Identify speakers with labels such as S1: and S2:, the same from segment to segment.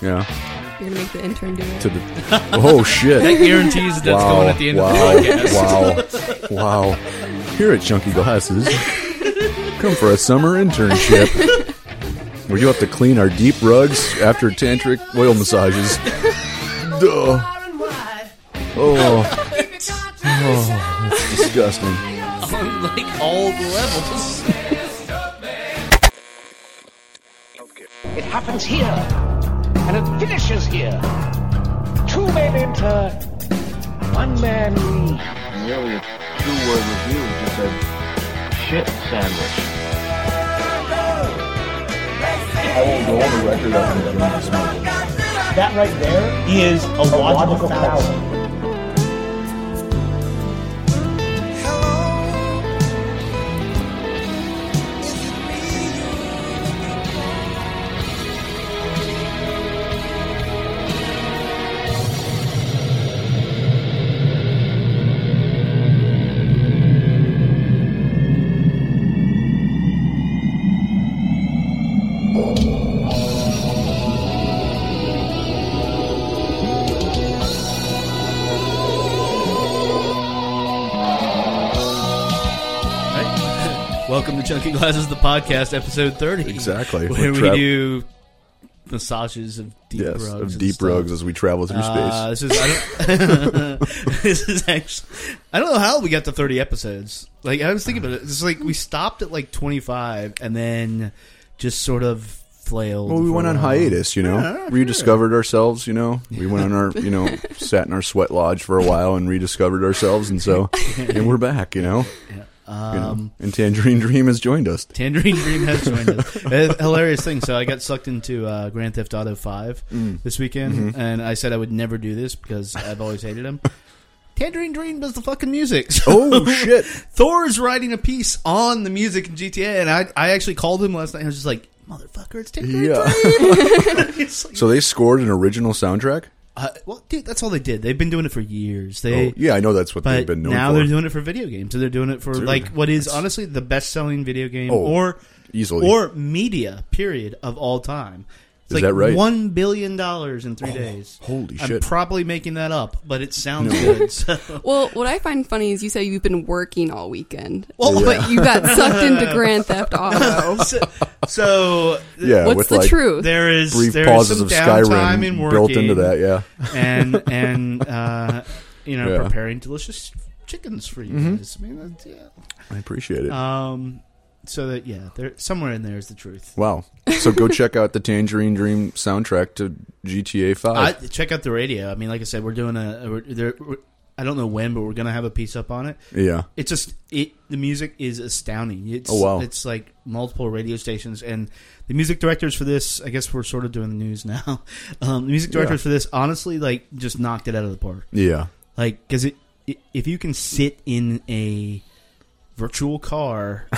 S1: Yeah.
S2: You're gonna make the intern do it.
S1: To the oh shit.
S3: That guarantees that's
S1: wow.
S3: going at the end
S1: wow.
S3: of the podcast.
S1: Wow. Wow. Here at Chunky Glasses, come for a summer internship where you have to clean our deep rugs after tantric oil massages. Duh. Oh. oh. That's disgusting.
S3: On like all the levels.
S4: It happens here, and it finishes here. Two men enter, one man leaves.
S5: Really, a two-word review, just a shit sandwich. I won't go on the record of it.
S4: That right there is a logical, fallacy.
S3: Right? Welcome to Chunky Glasses, the podcast, episode 30.
S1: Exactly. We're
S3: Where we
S1: trav-
S3: do massages of deep
S1: Yes,
S3: rugs.
S1: of
S3: and
S1: deep
S3: stuff.
S1: rugs as we travel through
S3: Uh,
S1: space.
S3: this is I don't, this is actually I don't know how we got to thirty episodes. Like I was thinking about it, it's like we stopped at like twenty five and then just sort of flailed.
S1: Well, we
S3: for
S1: went
S3: a
S1: on
S3: while.
S1: hiatus, you know. rediscovered ourselves, you know. We went on our, you know, sat in our sweat lodge for a while and rediscovered ourselves, and so, and we're back, you know. You know,
S3: Um,
S1: and Tangerine Dream has joined us.
S3: Tangerine Dream has joined us. It's a hilarious thing. So I got sucked into uh, Grand Theft Auto Five
S1: Mm.
S3: this weekend,
S1: Mm-hmm.
S3: and I said I would never do this because I've always hated him. Tangerine Dream does the fucking music. So
S1: Oh shit!
S3: Thor's writing a piece on the music in GTA, and I, I actually called him last night. I was just like, "Motherfucker, it's Tangerine Dream."
S1: Yeah.
S3: It's like,
S1: So they scored an original soundtrack.
S3: uh, well, dude, that's all they did. They've been doing it for years. They,
S1: Oh, yeah, I know that's what
S3: but
S1: they've been known
S3: now
S1: for.
S3: they're doing it for video games. So they're doing it for like what is honestly the best-selling video game
S1: Oh,
S3: or
S1: easily.
S3: or media period of all time. It's
S1: Is
S3: like
S1: that right? Oh,
S3: One billion dollars in three days.
S1: holy
S3: I'm
S1: shit.
S3: probably making that up, but it sounds good. So.
S2: Well, what I find funny is you say you've been working all weekend,
S3: Well,
S2: but you got sucked into Grand Theft Auto.
S3: so, so
S1: yeah,
S2: What's
S1: with
S2: the
S1: like
S2: truth?
S3: there is
S1: brief
S3: there is
S1: pauses
S3: some
S1: of
S3: downtime in
S1: Skyrim
S3: working
S1: built into that. Yeah,
S3: and and uh, you know
S1: Yeah. Mm-hmm.
S3: preparing delicious chickens for you guys. I mean, that's, yeah.
S1: I appreciate it.
S3: Um, so that yeah, there somewhere in there is the truth.
S1: wow. So go check out the Tangerine Dream soundtrack to GTA
S3: I,
S1: Five.
S3: check out the radio. I mean, like I said, we're doing a. a we're, there, we're, I don't know when, but we're gonna have a piece up on it.
S1: yeah.
S3: It's just it. The music is astounding. It's,
S1: Oh, wow.
S3: It's like multiple radio stations, and the music directors for this. I guess we're sort of doing the news now. Um, the music directors
S1: Yeah.
S3: for this, honestly, like just knocked it out of the park.
S1: Yeah.
S3: Like, because it, i if you can sit in a virtual car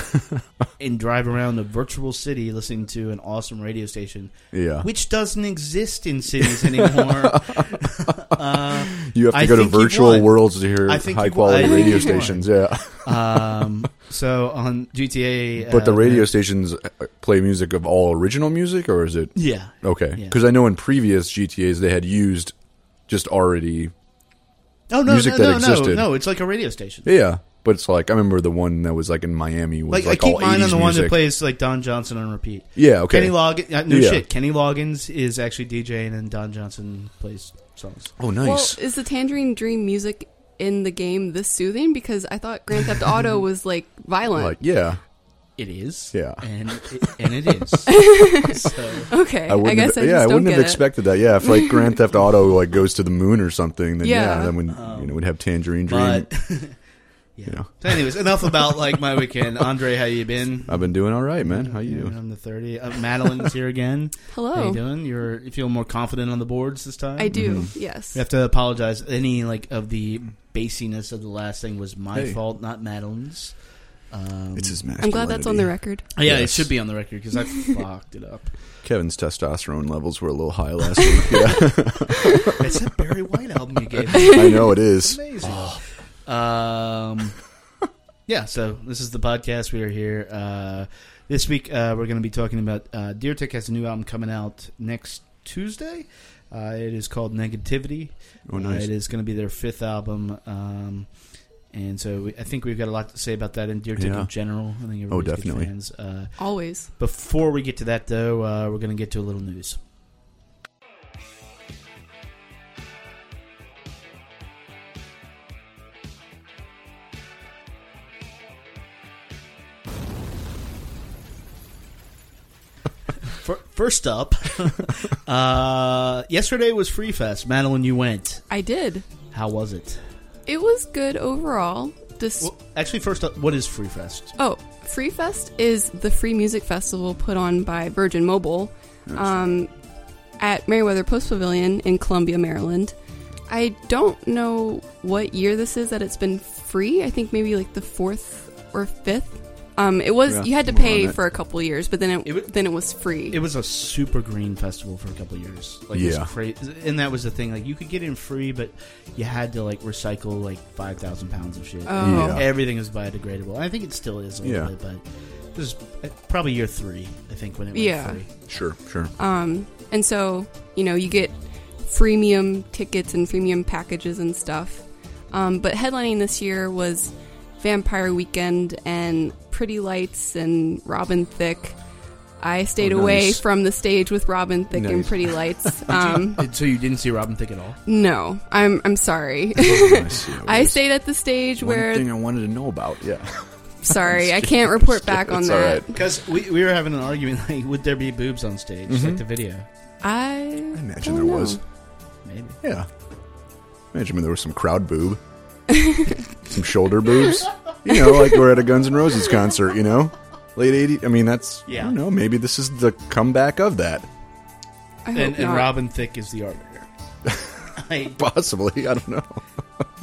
S3: and drive around a virtual city listening to an awesome radio station,
S1: Yeah.
S3: which doesn't exist in cities anymore,
S1: You have to
S3: I
S1: go to
S3: think you've
S1: virtual
S3: won.
S1: worlds to hear
S3: I think
S1: high
S3: you've
S1: quality
S3: won. I think
S1: radio
S3: you've won.
S1: stations. Yeah,
S3: um, so on GTA, uh,
S1: but the radio stations uh, play music of all original music, or is it
S3: yeah,
S1: okay?
S3: Yeah.
S1: Because I know in previous GTA's they had used just already.
S3: oh no,
S1: music
S3: no,
S1: that
S3: no, no,
S1: existed.
S3: no, it's like a radio station.
S1: Yeah, but it's like I remember the one that was like in Miami was
S3: Like,
S1: like,
S3: I keep
S1: all
S3: mine
S1: 80s
S3: on the one that
S1: music.
S3: plays like Don Johnson on repeat.
S1: Yeah, okay.
S3: Kenny Loggins, uh, no
S1: Yeah.
S3: shit. Kenny Loggins is actually DJing, and Don Johnson plays songs.
S1: Oh,
S2: Well,
S1: nice.
S2: is the Tangerine Dream music in the game this soothing? Because I thought Grand Theft Auto was like violent.
S1: like yeah,
S3: It is,
S1: Yeah.
S3: and it, and it is. so,
S2: okay, I,
S1: wouldn't.
S2: guess
S1: have,
S2: I
S1: yeah, I
S2: just don't
S1: wouldn't
S2: get
S1: have expected that. Yeah, if like Grand Theft Auto like goes to the moon or something, then yeah,
S2: Yeah.
S1: then when you know we'd have Tangerine Dream.
S3: but yeah. So anyways, enough about like my weekend. Andre, how you been?
S1: I've been doing all right, man. How you doing?
S3: I'm the thirty. Uh, Madeline's here again.
S2: it. Hello,
S3: How you doing? You're you feel more confident on the boards this time.
S2: I do.
S1: Mm-hmm.
S2: Yes.
S3: We have to apologize. Any like of the basiness of the last thing was my
S1: Hey.
S3: fault, not Madeline's. Um,
S1: It's his
S2: I'm glad that's on the
S1: masculinity.
S2: record.
S3: oh, yeah,
S1: Yes.
S3: it should be on the record because I fucked it up.
S1: Kevin's testosterone levels were a little high last week. Yeah,
S3: It's that Barry White album you gave me.
S1: I know it is.
S3: Amazing. Um, yeah, so this is the podcast. We are here. Uh, this week, uh, we're going to be talking about uh, Deer Tick has a new album coming out next Tuesday. Uh, it is called Negativity.
S1: Oh, nice.
S3: Uh, it is going to be their fifth album. Um, and so we, I think we've got a lot to say about that in Deer Tick
S1: Yeah.
S3: in general. I think everybody's
S1: Oh,
S3: good
S1: definitely.
S3: fans. Uh,
S2: Always.
S3: before we get to that, though, uh, we're going to get to a little news. Fir- First up, uh, yesterday was Free Fest. Madeline, you went.
S2: I did.
S3: How was it?
S2: It was good overall. This
S3: Well, actually, first up, what is Free Fest?
S2: Oh, Free Fest is the free music festival put on by Virgin Mobile um, at Meriwether Post Pavilion in Columbia, Maryland. I don't know what year this is that it's been free. I think maybe like the fourth or fifth. Um, it was
S1: Yeah,
S2: you had to
S1: somewhere around
S2: pay
S1: that.
S2: for a couple years, but then it,
S3: It was-
S2: then it was free.
S3: It was a super green festival for a couple of years. Like, it was
S1: Yeah.
S3: cra- and that was the thing. Like, you could get in free, but you had to like recycle like five thousand pounds of shit.
S2: oh,
S1: Yeah.
S3: Everything was biodegradable. I think it still is a little
S1: Yeah.
S3: bit, but this is uh, probably year three. I think when it went
S2: Yeah.
S3: free.
S1: Sure, sure.
S2: Um, and so, you know, you get freemium tickets and freemium packages and stuff. Um, but headlining this year was Vampire Weekend and Pretty Lights and Robin Thicke. I stayed
S1: Oh, nice.
S2: away from the stage with Robin Thicke and
S1: Nice.
S2: Pretty Lights. Um,
S3: So you didn't see Robin Thicke at all?
S2: no, I'm I'm sorry.
S1: Nice. Yeah,
S2: I
S1: well,
S2: stayed at the stage
S1: one
S2: where
S1: thing I wanted to know about. Yeah.
S2: sorry, I can't report back on
S1: It's all
S2: that.
S1: right.
S3: Because we, we were having an argument like, would there be boobs on stage? Like the video,
S2: I,
S1: imagine
S2: don't
S1: there
S2: know.
S1: was.
S3: maybe.
S1: Yeah. Imagine when there was some crowd boob, some shoulder boobs. You know, like we're at a Guns N' Roses concert. You know, late eighty. I mean, that's. I
S3: Yeah.
S1: don't know. Maybe this is the comeback of that.
S2: I hope
S3: And, and
S2: not.
S3: Robin Thicke is the arbiter. I,
S1: Possibly. I don't know.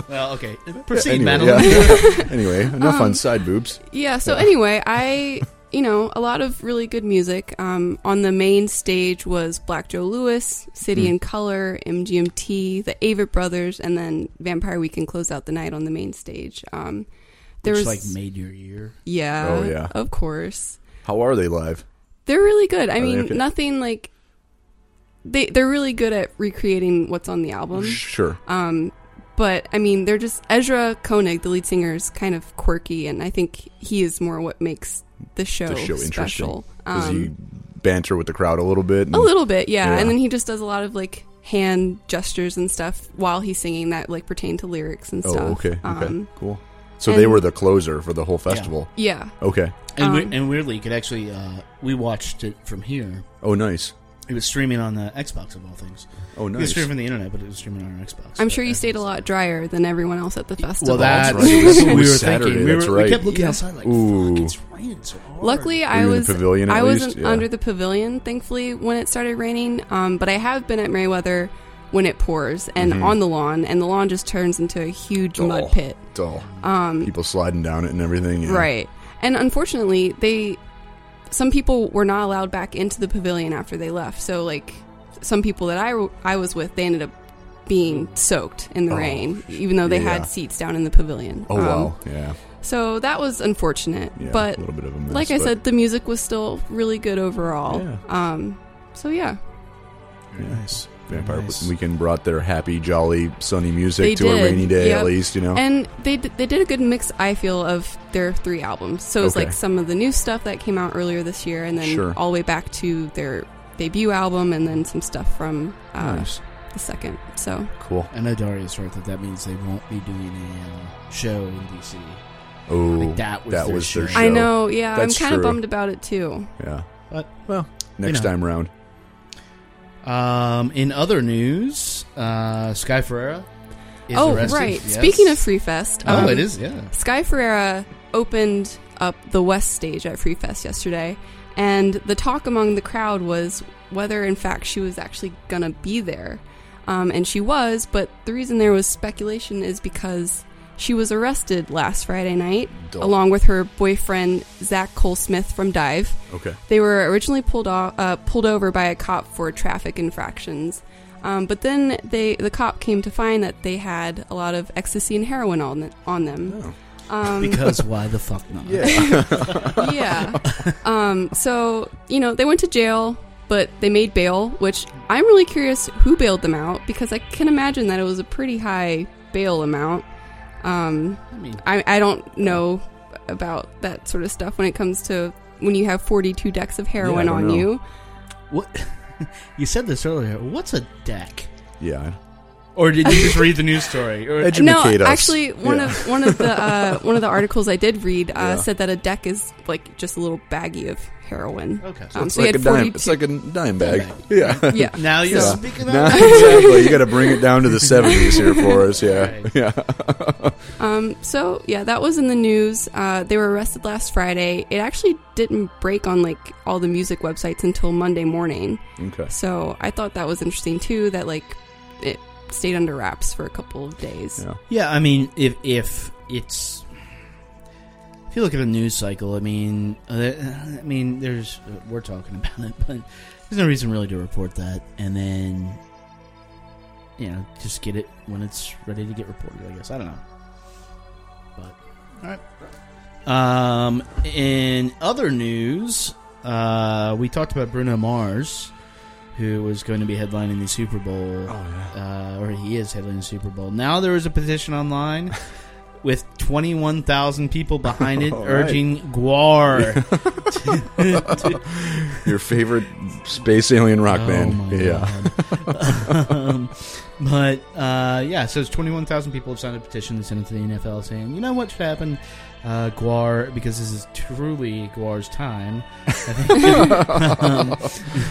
S3: well, okay. Proceed,
S1: anyway,
S3: Madeline.
S1: yeah. anyway, enough
S2: Um,
S1: on side boobs.
S2: Yeah, so anyway, I, you know, a lot of really good music. Um, on the main stage was Black Joe Lewis, City in Color, MGMT, the Avett Brothers, and then Vampire Weekend closed out the night on the main stage. Um, there
S3: Which
S2: was,
S3: like made your year.
S2: yeah,
S1: Oh, yeah.
S2: of course.
S1: How are they live?
S2: They're really good. I
S1: Are they
S2: mean,
S1: okay?
S2: nothing like, they, they're really good at recreating what's on the album.
S1: Sure.
S2: Um, but I mean, they're just Ezra Koenig, the lead singer, is kind of quirky, and I think he is more what makes the show,
S1: the show
S2: Oh, special. Um,
S1: interesting. Does he banter with the crowd a little bit?
S2: a
S1: and-
S2: little bit, yeah.
S1: Yeah.
S2: And then he just does a lot of like hand gestures and stuff while he's singing that like pertain to lyrics and
S1: Oh,
S2: stuff.
S1: okay. Okay.
S2: Um,
S1: cool. So they
S2: and-
S1: were the closer for the whole festival.
S2: yeah.
S1: Okay.
S3: And, we,
S2: Um,
S3: and weirdly, you could actually uh, we watched it from here.
S1: Oh, nice.
S3: It was streaming on the Xbox of all things.
S1: Oh,
S3: It was
S1: nice.
S3: streaming from the internet, but it was streaming on our Xbox.
S2: I'm
S3: But
S2: sure you
S3: that
S2: stayed a
S3: was-
S2: lot drier than everyone else at the festival.
S3: Well, that's
S1: right. It was- it
S3: we were
S1: was
S3: thinking.
S1: Saturday,
S3: We, were,
S1: that's
S3: we
S1: right.
S3: kept looking
S1: Yeah.
S3: outside like,
S1: Ooh.
S3: "Fuck, it's raining so hard."
S2: Luckily,
S1: you
S2: I
S1: in the
S2: was
S1: pavilion at
S2: I
S1: least?
S2: wasn't
S1: Yeah.
S2: under the pavilion, thankfully, when it started raining. Um, but I have been at Meriwether when it pours and
S1: Mm-hmm.
S2: on the lawn, and the lawn just turns into a huge
S1: Dull.
S2: mud pit.
S1: Dull. People sliding down it and everything. yeah.
S2: Um, Right, and unfortunately, they some people were not allowed back into the pavilion after they left. So, like some people that I w- I was with, they ended up being soaked in the
S1: Oh,
S2: rain, even though they
S1: yeah.
S2: had seats down in the pavilion.
S1: Oh,
S2: Um,
S1: wow. Yeah.
S2: So that was unfortunate,
S1: Yeah.
S2: but
S1: a little bit of a mess.
S2: like I
S1: but-
S2: said, the music was still really good overall.
S1: Yeah.
S2: Um, so yeah,
S1: Yeah.
S3: nice.
S1: Vampire
S3: Nice.
S1: Weekend brought their happy, jolly, sunny music
S2: They
S1: to a
S2: did,
S1: rainy day at
S2: yep.
S1: least, you know?
S2: and they d- they did a good mix. I feel of their three albums. So it's
S1: Okay.
S2: like some of the new stuff that came out earlier this year, and then
S1: Sure.
S2: all the way back to their debut album, and then some stuff from uh,
S1: nice.
S2: the second. So
S1: Cool.
S3: I know Darius wrote that. That means they won't be doing a uh, show in DC.
S1: Oh,
S3: Like, that was their
S1: their
S3: show.
S1: show.
S2: I know, yeah,
S1: That's
S2: I'm kind
S1: true.
S2: of bummed about it too.
S1: Yeah.
S3: But
S1: Well, next
S3: know.
S1: time round.
S3: um, in other news, uh, Sky Ferreira. Is
S2: oh
S3: arrested.
S2: right,
S3: Yes.
S2: speaking of Free Fest,
S3: oh,
S2: um,
S3: it is yeah.
S2: Sky Ferreira opened up the West stage at Free Fest yesterday, and the talk among the crowd was whether, in fact, she was actually gonna be there. Um, and she was, but the reason there was speculation is because she was arrested last Friday night,
S1: Duh.
S2: along with her boyfriend Zach Cole Smith from Dive.
S1: Okay.
S2: They were originally pulled off, uh, pulled over by a cop for traffic infractions, um, but then they the cop came to find that they had a lot of ecstasy and heroin on on them.
S1: Oh.
S2: Um,
S3: because why the fuck not?
S1: Yeah.
S2: yeah. Um, so you know they went to jail. but they made bail, which I'm really curious who bailed them out because I can imagine that it was a pretty high bail amount. Um,
S3: I mean,
S2: I, I don't know about that sort of stuff when it comes to when you have 42 decks of heroin
S1: don't
S2: on
S1: know.
S2: you.
S3: what? you said this earlier. What's a deck?
S1: Yeah.
S3: Or did you just read the news story? Or
S1: Educate
S2: no,
S1: us.
S2: actually, one
S1: Yeah.
S2: of one of the uh, one of the articles I did read uh,
S1: Yeah.
S2: said that a deck is like just a little baggie of heroin.
S3: Okay.
S2: um,
S1: It's
S2: so
S1: like a
S2: you had
S1: dime.
S2: 42.
S1: It's like a dime bag. Yeah.
S2: yeah.
S3: now you're
S2: So-
S3: speaking
S1: Nah,
S3: about.
S1: exactly. You got to bring it down to the seventies here for us. Yeah.
S3: Right.
S1: Yeah.
S2: Um, so yeah, that was in the news. Uh, they were arrested last Friday. It actually didn't break on like all the music websites until Monday morning.
S1: Okay.
S2: So I thought that was interesting too. That like it stayed under wraps for a couple of days.
S1: Yeah.
S3: Yeah, I mean, if if it's if you look at the news cycle, I mean, uh, I mean, there's uh, we're talking about it, but there's no reason really to report that, and then you know, just get it when it's ready to get reported. I guess I don't know, but all right. Um, in other news, uh, we talked about Bruno Mars, who was going to be headlining the Super Bowl
S1: Oh,
S3: uh, or he is headlining the Super Bowl. Now there is a petition online with 21,000 people behind it
S1: All right.
S3: urging Guar.
S1: Your favorite space alien rock
S3: Oh, my
S1: band. Yeah.
S3: God. um, but uh, yeah, so it's 21,000 people have signed a petition and sent it to the NFL saying, you know what should happen? Uh, Guar, because this is truly Guar's time, I think, um,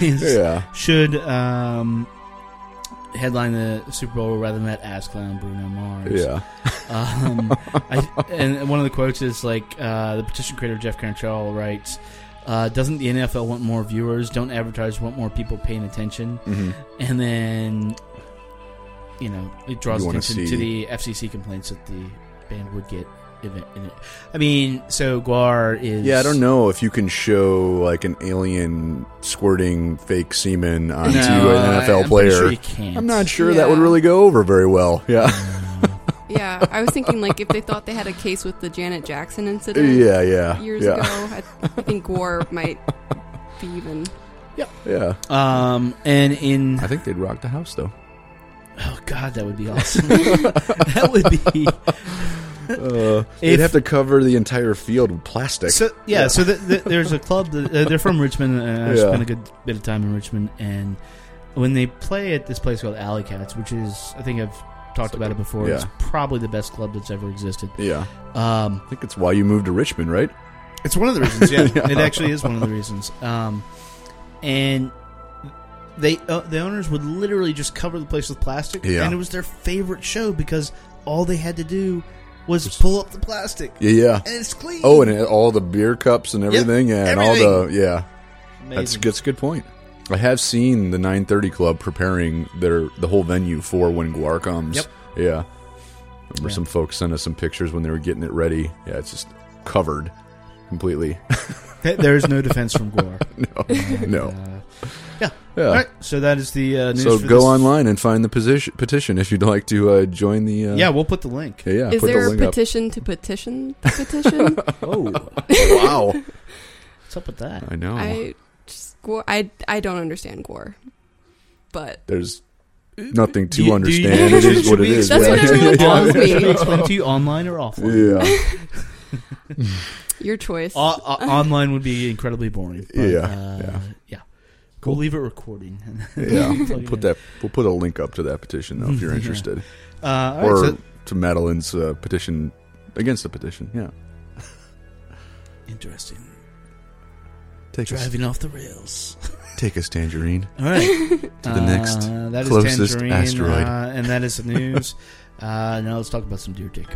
S3: is-
S1: Yeah.
S3: should um, headline the Super Bowl rather than that ass clown Bruno Mars.
S1: Yeah.
S3: Um, I, and one of the quotes is like uh, the petition creator Jeff Crenshaw writes, uh, "Doesn't the NFL want more viewers? Don't advertisers want more people paying attention?"
S1: Mhm.
S3: And then, you know, it draws
S1: You wanna
S3: attention
S1: see-
S3: to the FCC complaints that the band would get. In it, in it. I mean, so Guar is
S1: Yeah, I don't know if you can show like an alien squirting fake semen
S3: No,
S1: onto
S3: I-
S1: an NFL
S3: I'm pretty
S1: player.
S3: sure you can't.
S1: I'm not sure
S2: Yeah.
S1: that would really go over very well. Yeah.
S2: Yeah, I was thinking like if they thought they had a case with the Janet Jackson incident
S1: Yeah, yeah.
S2: years
S1: yeah.
S2: ago, I, I think Guar might be even.
S1: Yeah.
S3: Um, and in
S1: I think they'd rock the house though.
S3: Oh God, that would be awesome. that would be
S1: Uh, they'd
S3: If-
S1: have to cover the entire field with plastic.
S3: so. Yeah, so the, the, there's a club. That, uh, they're from Richmond. And I
S1: Yeah.
S3: spent a good bit of time in Richmond, and when they play at this place called Alley Cats, which is I think I've talked about it before. It's
S1: yeah.
S3: probably the best club that's ever existed.
S1: yeah.
S3: Um,
S1: I think it's why you moved to Richmond, right?
S3: It's one of the reasons. Yeah,
S1: Yeah.
S3: it actually is one of the reasons. Um, and they uh, the owners would literally just cover the place with plastic,
S1: Yeah.
S3: and it was their favorite show because all they had to do was pull up the plastic,
S1: Yeah, yeah.
S3: and it's clean.
S1: Oh, and it- all the beer cups and everything, yeah, and all the
S3: everything.
S1: yeah.
S3: Amazing.
S1: That's that's a good point. I have seen the 930 Club preparing their the whole venue for when Guar comes.
S3: Yep.
S1: Yeah. Remember
S3: Yeah.
S1: some folks sent us some pictures when they were getting it ready. Yeah, it's just covered completely.
S3: Th- There is no defense from Gore.
S1: no.
S3: Uh,
S1: No.
S3: yeah.
S1: Yeah.
S3: All right. So that is the uh, news.
S1: So
S3: for
S1: go
S3: this-
S1: online and find the position, petition if you'd like to uh, join the uh,
S3: Yeah, we'll put the link.
S1: yeah,
S2: is
S1: put
S2: there
S1: the
S2: a
S1: link up.
S2: petition to petition the petition?
S3: Oh,
S1: Wow.
S3: what's up with that?
S1: I know.
S2: I just Guar, I I don't understand Guar, but
S1: There's nothing to
S3: Do you- do you-
S1: understand. it is what it is.
S2: That's what
S1: right?
S2: everyone tells me.
S3: Should we explain to you online or offline?
S1: yeah.
S2: your choice.
S3: O- o- uh, online would be incredibly boring. but,
S1: Yeah,
S3: uh,
S1: yeah.
S3: yeah. We'll leave it recording.
S1: Yeah,
S3: Plug
S1: we'll
S3: it
S1: put
S3: in.
S1: that. We'll put a link up to that petition though, if you're
S3: Yeah.
S1: interested,
S3: Uh, all right,
S1: or
S3: so-
S1: to Madeline's uh, petition against the petition. Yeah,
S3: interesting.
S1: take us,
S3: Driving off the rails.
S1: take us, Tangerine.
S3: All right.
S1: To the next
S3: uh, that is
S1: closest
S3: Tangerine,
S1: asteroid.
S3: uh, and that is the news. uh, now let's talk about some deer dick.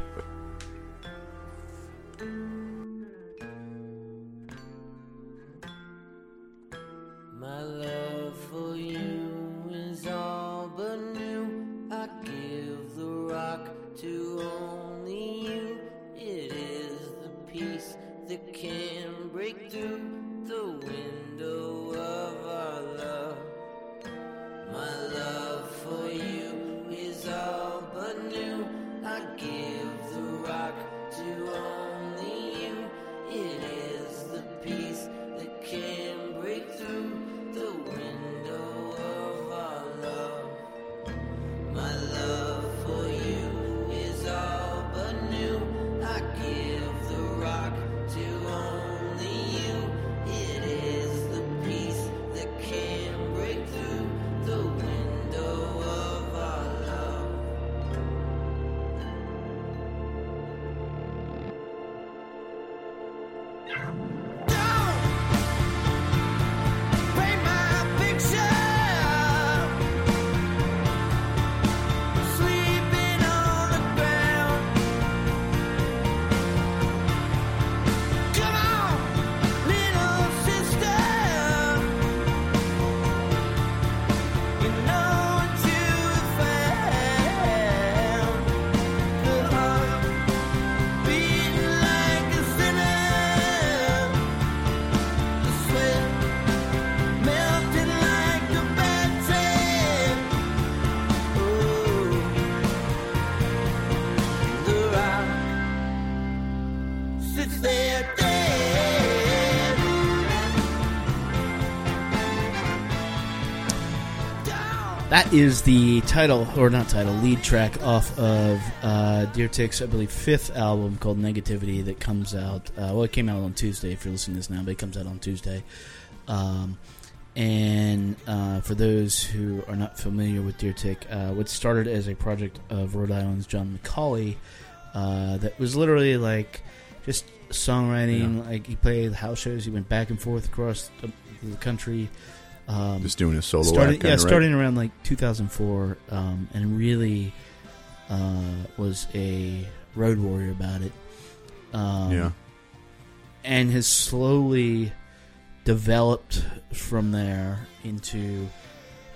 S6: My love for you is all but new. I give the rock to only you. It is the peace that can break through the window of our love. My love for you is all but new. I give the
S3: That is the title, or not title, lead track off of uh, Deer Tick's, I believe, fifth album called Negativity that comes out. Uh, well, it came out on Tuesday if you're listening to this now, but it comes out on Tuesday. Um, and uh, for those who are not familiar with Deer Tick, uh, what started as a project of Rhode Island's John McCauley uh, that was literally like just songwriting. Like he played house shows, he went back and forth across the, the country. Um,
S1: Just doing a solo act.
S3: starting, yeah,
S1: kinda, right?
S3: starting around like 2004, um, and really uh, was a road warrior about it. Um,
S1: yeah.
S3: and has slowly developed from there into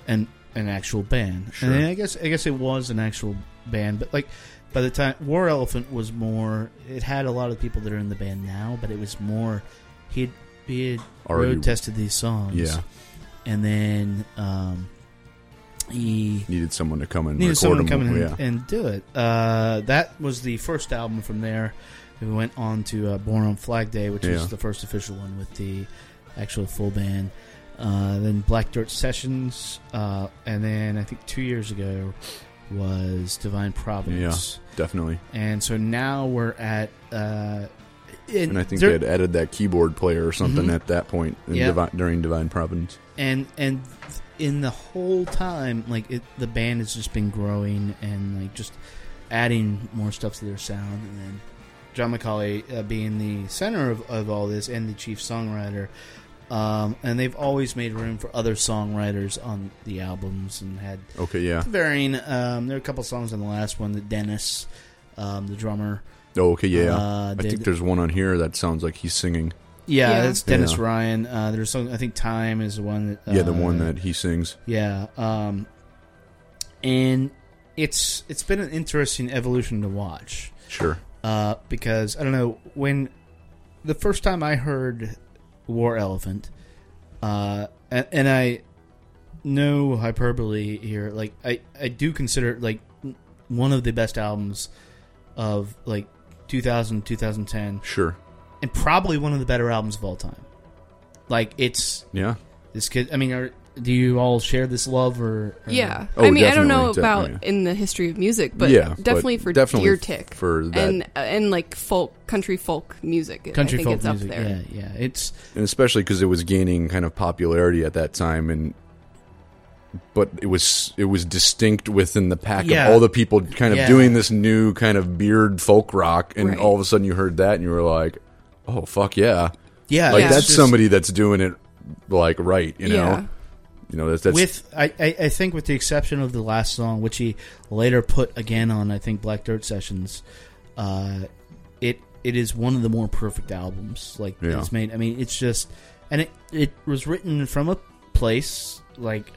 S3: an an actual band.
S1: Sure.
S3: And I guess I guess it was an actual band, but like by the time War Elephant was more, it had a lot of people that are in the band now, but it was more he had, he had
S1: Already-
S3: road tested these songs,
S1: Yeah.
S3: and then um, he
S1: Needed someone to come and
S3: needed
S1: record
S3: someone to
S1: them.
S3: come in
S1: yeah.
S3: and, and do it. Uh, that was the first album from there. We went on to uh, Born on Flag Day, which
S1: Yeah.
S3: was the first official one with the actual full band. Uh, then Black Dirt Sessions, uh, and then I think two years ago was Divine Providence.
S1: Definitely.
S3: And so now we're at. Uh, in-
S1: And I think
S3: there-
S1: they had added that keyboard player or something
S3: Mhm.
S1: at that point in
S3: Yeah.
S1: Divi- during Divine Providence.
S3: and and in the whole time like it, the band has just been growing and like just adding more stuff to their sound and then john mccauley uh, being the center of, of all this and the chief songwriter um, and they've always made room for other songwriters on the albums and had
S1: Okay, yeah.
S3: varying um, there are a couple songs on the last one that dennis um, the drummer
S1: Oh, okay, yeah.
S3: uh,
S1: I
S3: did,
S1: think there's one on here that sounds like he's singing.
S3: yeah,
S2: Yeah.
S3: it's dennis
S1: Yeah.
S3: ryan uh, there's some i think time is the one that
S1: yeah, the
S3: uh,
S1: one that he sings.
S3: Yeah, um, and it's it's been an interesting evolution to watch
S1: Sure.
S3: uh, because I don't know when the first time I heard War Elephant, uh, and, and I no hyperbole here. Like I I do consider it like one of the best albums of like 2000 2010
S1: Sure.
S3: and probably one of the better albums of all time. Like it's
S1: Yeah.
S3: this kid. I mean, are, do you all share this love or? or-
S2: Yeah.
S1: Oh,
S2: I mean, I don't know
S1: definitely,
S2: about
S1: definitely.
S2: in the history of music, but
S1: yeah, but
S2: definitely for
S1: definitely
S2: Deer
S1: f-
S2: Tick
S1: for that, and,
S2: and uh, and like folk country folk music. I
S3: country
S2: think
S3: folk
S2: it's
S3: music.
S2: up there.
S3: Yeah, yeah. It's
S1: especially because it was gaining kind of popularity at that time, and but it was it was distinct within the pack
S3: Yeah.
S1: of all the people kind of
S3: Yeah.
S1: doing this new kind of beard folk rock, and
S2: Right.
S1: all of a sudden you heard that, and you were like, "Oh fuck yeah!"
S3: yeah.
S1: Like
S2: Yeah.
S1: that's
S3: just-
S1: somebody that's doing it like right, you know.
S2: Yeah.
S1: You know that's that's
S3: With I, I, I think with the exception of the last song, which he later put again on I think Black Dirt Sessions, uh, it it is one of the more perfect albums like
S1: Yeah.
S3: it's made. I mean, it's just and it it was written from a place like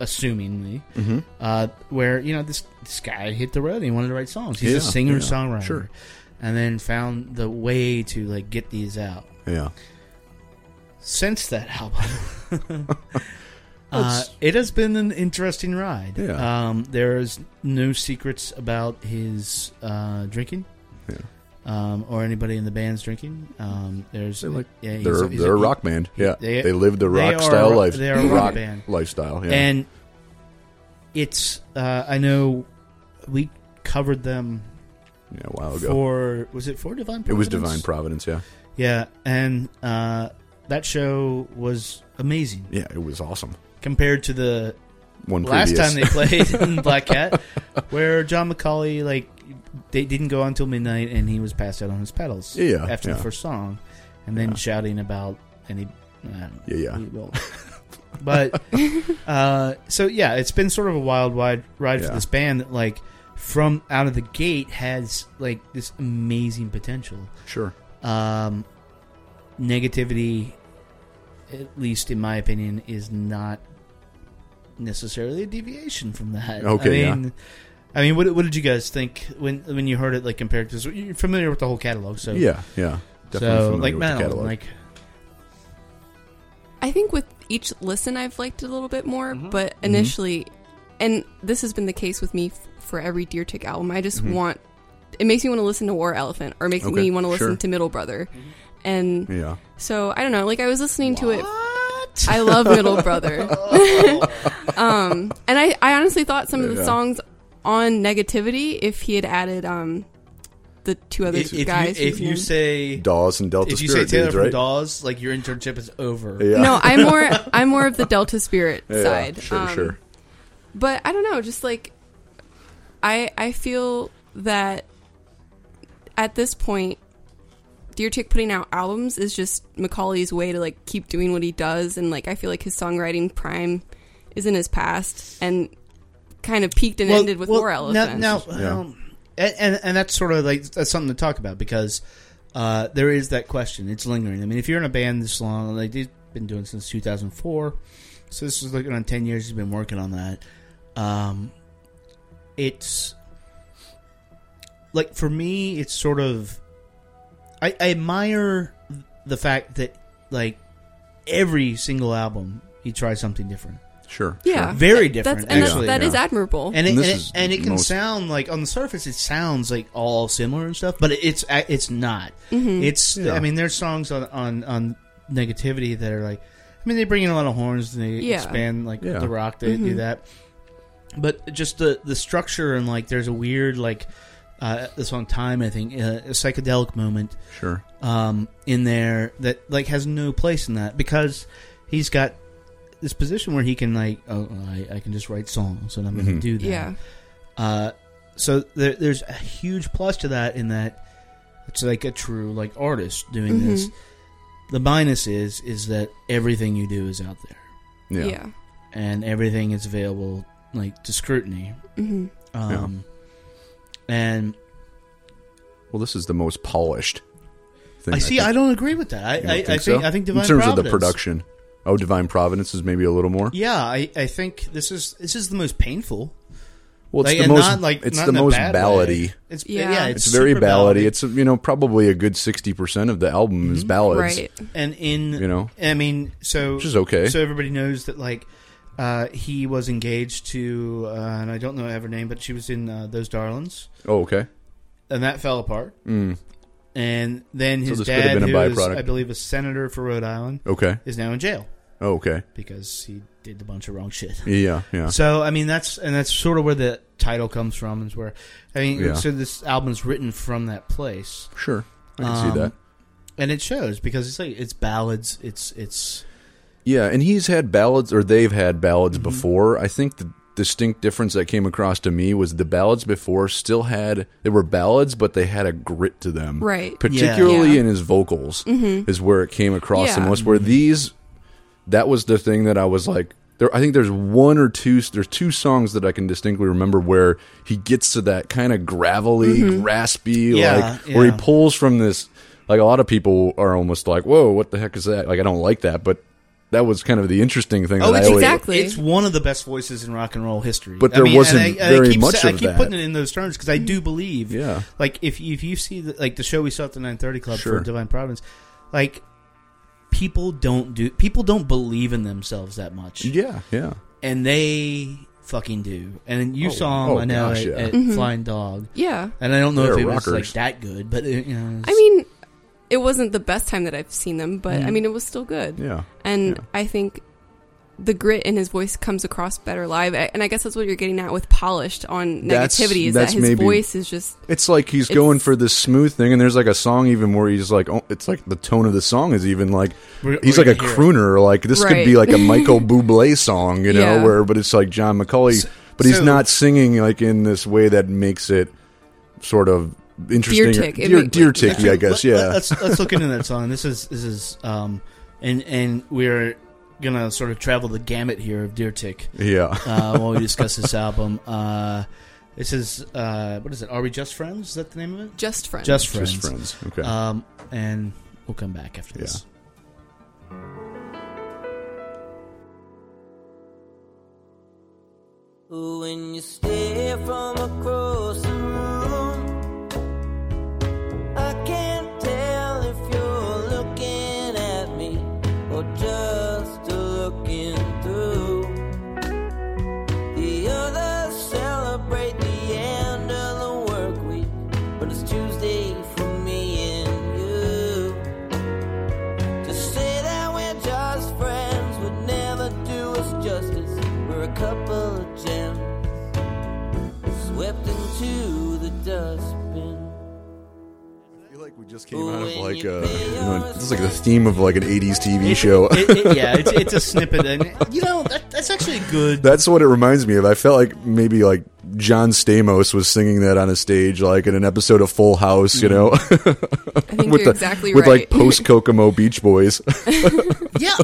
S3: assumingly
S1: Mm-hmm.
S3: uh, where you know this this guy hit the road and he wanted to write songs. He's
S1: Yeah,
S3: a singer
S1: yeah,
S3: songwriter,
S1: sure.
S3: and then found the way to like get these out.
S1: yeah.
S3: since that album. uh, it has been an interesting ride.
S1: Yeah.
S3: Um, there's no secrets about his uh, drinking.
S1: Yeah.
S3: Um, or anybody in the band's drinking. Um, there's
S1: They like
S3: yeah, he's-
S1: They're
S3: he's
S1: they're a
S3: he-
S1: rock band. Yeah,
S3: E- they-
S1: they, live the
S3: they are
S1: rock
S3: a
S1: style
S3: rock-
S1: life.
S3: they are a rock band.
S1: lifestyle. Yeah,
S3: And it's uh, I know we covered them
S1: yeah, a while ago.
S3: for was it for Divine?
S1: it was
S3: Providence?
S1: Divine Providence. Yeah,
S3: Yeah, and uh, that show was amazing
S1: yeah, it was awesome.
S3: compared to the
S1: One
S3: last
S1: previous.
S3: time they played in Black Cat, where John McCauley like they didn't go on till midnight, and he was passed out on his pedals.
S1: Yeah,
S3: after
S1: yeah.
S3: the first song, and then
S1: Yeah.
S3: shouting about any. I don't
S1: Yeah, yeah.
S3: we will. but uh, so yeah, it's been sort of a wild wide ride
S1: Yeah.
S3: for this band that like from out of the gate has like this amazing potential
S1: sure.
S3: um, negativity, at least in my opinion, is not necessarily a deviation from that.
S1: Okay,
S3: I mean, I mean, what, what did you guys think when when you heard it? Like compared to you're familiar with the whole catalog, so
S1: yeah, yeah.
S3: so
S1: familiar
S3: like
S1: with the
S3: Madeline,
S1: catalog.
S3: like
S2: I think with each listen, I've liked it a little bit more,
S3: Mm-hmm.
S2: but
S1: Mm-hmm.
S2: initially, and this has been the case with me f- for every Deer Tick album. I just want it makes me want to listen to War Elephant, or makes
S1: Mm-hmm. Okay,
S2: me want to
S1: sure.
S3: Mm-hmm.
S2: listen to Middle Brother, and
S1: yeah,
S2: so I don't know. Like I was listening to it.
S3: What?
S2: I love Middle Brother. um, and I, I honestly thought some of the
S1: Yeah.
S2: songs on Negativity, if he had added um, the two other
S3: if, if
S2: guys.
S3: you,
S2: whose
S3: if you
S2: name-
S3: say
S1: Dawes and Delta
S3: if you say
S1: Spirit
S3: Taylor
S1: dudes,
S3: from
S1: right?
S3: Dawes, like your internship is over.
S1: Yeah.
S2: No, I'm more I'm more of the Delta Spirit
S1: Yeah,
S2: side.
S1: Sure,
S2: Um,
S1: sure.
S2: But I don't know, just like I I feel that at this point Dear Chick putting out albums is just Macaulay's way to like keep doing what he does and like I feel like his songwriting prime is in his past and kind of peaked and ended with more elephants.
S3: Now,
S1: Yeah.
S3: um, and, and and that's sort of like that's something to talk about because uh, there is that question. It's lingering. I mean, if you're in a band this long, like they've been doing since 2004, so this is looking on 10 years. He's been working on that. Um, it's like for me, it's sort of I, I admire the fact that like every single album he tries something different.
S1: Sure.
S2: yeah.
S1: sure.
S3: Very
S2: That's
S3: different.
S2: and that's,
S3: actually,
S2: that is
S1: yeah.
S2: admirable.
S3: and
S1: And
S3: it, and,
S1: this
S3: it,
S1: is
S3: and it can
S1: most-
S3: sound like on the surface it sounds like all similar and stuff, but it's a- it's not.
S2: Mm-hmm.
S3: It's
S1: Yeah.
S3: I mean there's songs on, on on negativity that are like I mean they bring in a lot of horns and they
S2: Yeah. Mm-hmm.
S3: expand like
S1: Yeah.
S3: the rock they do that, but just the the structure and like there's a weird like uh, the song time I think uh, a psychedelic moment
S1: Sure.
S3: um, in there that like has no place in that because he's got this position where he can like oh I, I can just write songs and I'm
S1: Mm-hmm.
S3: going to do that.
S2: yeah.
S3: Uh, so there, there's a huge plus to that in that it's like a true like artist doing this. The minus is is that everything you do is out there
S1: Yeah.
S2: Yeah.
S3: and everything is available like to scrutiny.
S2: Mhm.
S3: Um, And
S1: Well, this is the most polished thing.
S3: I see.
S1: think.
S3: I, don't agree with that. I
S1: You
S3: I,
S1: don't
S3: I think
S1: so?
S3: I think divine
S1: in terms of the
S3: Providence-
S1: production. Oh, Divine Providence is maybe a little more.
S3: Yeah, I, I think this is this is the most painful.
S1: Well, it's
S3: like,
S1: the
S3: and
S1: most.
S3: not like
S1: it's
S3: not
S1: the
S3: in a
S1: most
S3: bad
S1: ballady.
S3: way. It's yeah,
S2: Yeah.
S3: it's,
S1: It's, very
S3: super
S1: ballady. It's you know probably a good sixty percent of the album is ballads.
S2: Mm-hmm. Right.
S3: and in
S1: You know?
S3: I mean, so
S1: Which is okay.
S3: So everybody knows that like uh, he was engaged to, uh, and I don't know her name, but she was in uh, Those Darlings,
S1: Oh, okay.
S3: and that fell apart. And then his
S1: Mm. this could have
S3: dad,
S1: been a
S3: who is,
S1: byproduct.
S3: I believe, a senator for Rhode Island,
S1: Okay.
S3: is now in jail
S1: Oh, okay.
S3: because he did a bunch of wrong shit.
S1: Yeah. Yeah.
S3: So I mean that's and that's sort of where the title comes from is where I mean
S1: Yeah.
S3: so this album's written from that place
S1: Sure. I can see
S3: Um,
S1: that.
S3: and it shows because it's like it's ballads it's it's
S1: Yeah, and he's had ballads, or they've had ballads
S2: Mm-hmm.
S1: before. I think the distinct difference that came across to me was the ballads before still had they were ballads, but they had a grit to them,
S2: Right.
S1: Particularly
S2: Yeah. Mm-hmm.
S1: in his vocals is where it came across the
S2: Yeah.
S1: most. Where these, that was the thing that I was like. There, I think there's one or two. There's two songs that I can distinctly remember where he gets to that kind of gravelly,
S2: Mm-hmm.
S1: graspy,
S3: Yeah,
S1: like where he
S3: yeah.
S1: pulls from this like a lot of people are almost like whoa what the heck is that like i don't like that but that was kind of the interesting thing that
S3: it's
S1: I always,
S2: exact- Oh, Exactly.
S3: it's one of the best voices in rock and roll history
S1: But there
S3: I mean,
S1: wasn't
S3: and I, and
S1: very
S3: I keep,
S1: much
S3: sa- I
S1: of
S3: keep
S1: that.
S3: putting it in those terms because I do believe
S1: Yeah.
S3: like if you- if you see the, like the show we saw at the 930 Club
S1: Sure.
S3: for Divine Providence like people don't do people don't believe in themselves that much
S1: yeah yeah
S3: and they fucking do and you
S1: Oh,
S3: saw
S1: oh
S3: them I know
S1: gosh,
S3: at,
S1: yeah.
S3: at
S2: Mm-hmm.
S3: Flying Dog
S2: Yeah.
S3: And I don't know
S1: They're
S3: if it
S1: rockers.
S3: was like that good, but it, you know, it's-
S2: I mean, it wasn't the best time that I've seen them, but I mean, it was still good.
S1: yeah
S2: And
S1: Yeah.
S2: I think the grit in his voice comes across better live. I- And I guess that's what you're getting at with polished on negativity
S1: That's-
S2: is
S1: that's
S2: that his
S1: maybe-
S2: voice is just
S1: it's like he's
S2: It's-
S1: going for this smooth thing and there's like a song even where he's like oh, it's like the tone of the song is even like
S3: We're-
S1: he's
S3: we're
S1: like a
S3: gonna hear it.
S1: crooner like this could
S2: Right.
S1: be like a Michael Bublé song you know
S2: Yeah.
S1: where but it's like John McCauley but he's
S3: so-
S1: not singing like in this way that makes it sort of interesting
S2: tick. It
S1: deer,
S2: make-
S1: deer ticky I guess
S3: Let-
S1: yeah
S3: let- Let's let's look into that song. This is this is um, and and we're gonna sort of travel the gamut here of Deer Tick
S1: yeah
S3: uh, while we discuss this album. Uh, this is uh, what is it? Are we just friends? Is that the name of it?
S2: just friends.
S3: Just friends.
S1: just friends okay
S3: Um, and we'll come back after this.
S6: When you stare from across the room, I can't tell if you're looking at me or just looking through. The others celebrate the end of the work week, but it's Tuesday for me and you. To say that we're just friends would to the dustbin.
S1: I feel like we just came out of like uh, a, you know, this is like the theme of like an 80s TV show.
S3: It- it- yeah, it's, it's a snippet, and you know that, that's actually a good.
S1: That's what it reminds me of. I felt like maybe like John Stamos was singing that on a stage, like in an episode of Full House, you know,
S2: I think
S1: with
S2: you're
S1: the
S2: exactly
S1: with like
S2: right.
S1: post Kokomo Beach Boys.
S3: Yeah.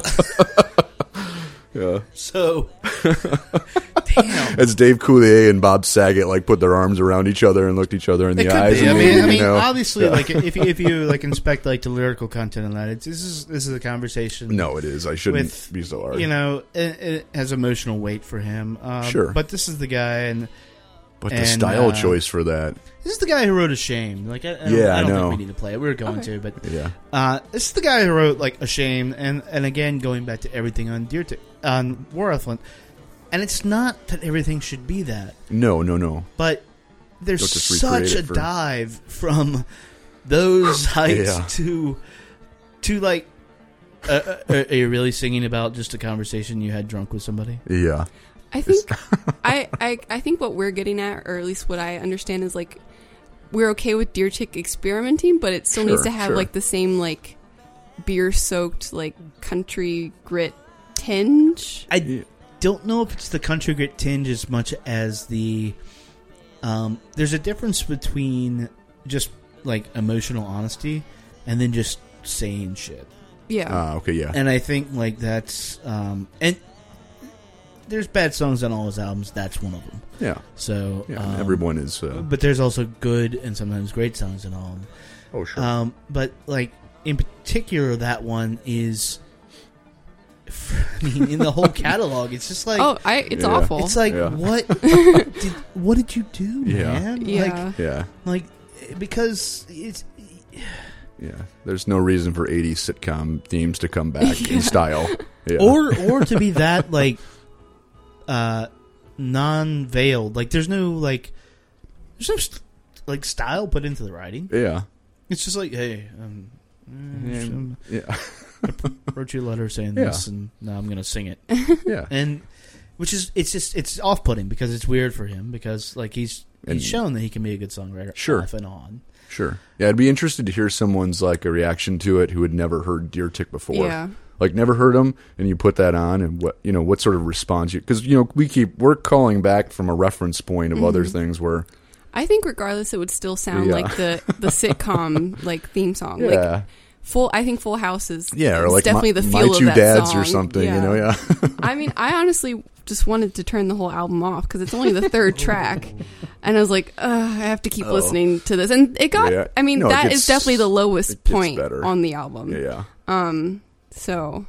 S1: Yeah.
S3: So, damn.
S1: It's Dave Coulier and Bob Saget like put their arms around each other and looked each other in the
S3: It could
S1: eyes.
S3: be. I
S1: and
S3: mean,
S1: maybe,
S3: I mean,
S1: you know,
S3: obviously,
S1: yeah.
S3: like if you, if you like inspect like the lyrical content and that, it's this is this is a conversation.
S1: no, it is. I shouldn't
S3: with
S1: be so hard.
S3: You know, it, it has emotional weight for him. Um,
S1: Sure.
S3: but this is the guy, and
S1: but the
S3: and,
S1: style
S3: uh,
S1: choice for that,
S3: this is the guy who wrote "A Shame." Like, I, I don't,
S1: Yeah,
S3: I don't
S1: I know.
S3: think we need to play it. We were going to, but
S1: yeah,
S3: Uh, this is the guy who wrote like "A Shame," and and again going back to everything on Deer Tick on War Elephant, and it's not that everything should be that,
S1: no, no, no.
S3: but there's
S1: Don't just recreate
S3: such a
S1: it for-
S3: dive from those heights
S1: Yeah.
S3: to to like. Uh, uh, are you really singing about just a conversation you had drunk with somebody?
S1: Yeah,
S2: I think I, I I think what we're getting at, or at least what I understand, is like we're okay with Deer Tick experimenting, but it still needs
S1: Sure,
S2: to have
S1: sure.
S2: like the same like beer soaked like country grit tinge.
S3: I don't know if it's the country grit tinge as much as the. Um, there's a difference between just like emotional honesty and then just saying shit.
S2: Yeah,
S1: Ah, okay, yeah,
S3: And I think like that's um, and there's bad songs on all his albums. That's one of them.
S1: yeah,
S3: So
S1: yeah.
S3: um,
S1: everyone is. Uh,
S3: But there's also good and sometimes great songs in all of them.
S1: oh, sure.
S3: Um, but like in particular, that one is. I mean, in the whole catalog, it's just like
S2: oh, I it's
S1: Yeah.
S2: awful.
S3: it's uh, like
S1: Yeah.
S3: what? did, what did you do,
S1: Yeah.
S3: man?
S2: yeah,
S1: yeah,
S3: Like, like because it's
S1: yeah. There's no reason for 80s sitcom themes to come back in style. Yeah.
S3: or or to be that like uh non veiled. Like there's no like there's no st- like style put into the writing.
S1: yeah,
S3: It's just like hey, um, mm,
S1: yeah,
S3: I wrote you a letter saying
S1: Yeah.
S3: this, and now I'm gonna sing it.
S1: yeah.
S3: and which is it's just it's off putting because it's weird for him because like he's
S1: And-
S3: he's shown that he can be a good songwriter
S1: Sure.
S3: off and on.
S1: Sure. Yeah, I'd be interested to hear someone's like a reaction to it who had never heard Deer Tick before.
S2: Yeah.
S1: Like never heard them, and you put that on, and what you know, what sort of response you? Because you know, we keep we're calling back from a reference point of
S2: Mm-hmm.
S1: other things where
S2: I think regardless, it would still sound
S1: Yeah.
S2: like the the sitcom like theme song. Like
S1: yeah,
S2: full, I think Full House is
S1: yeah, or
S2: is
S1: like
S2: definitely
S1: my,
S2: the feel
S1: my
S2: of
S1: two
S2: that
S1: dads or
S2: song.
S1: something. You know, yeah,
S2: I mean, I honestly just wanted to turn the whole album off because it's only the third track, and I was like, Ugh, I have to keep listening to this. And it got.
S1: Oh. Yeah.
S2: I mean,
S1: No, it
S2: that is
S1: gets-
S2: definitely the lowest
S1: it gets
S2: point
S1: better.
S2: on the album.
S1: yeah, yeah.
S2: So.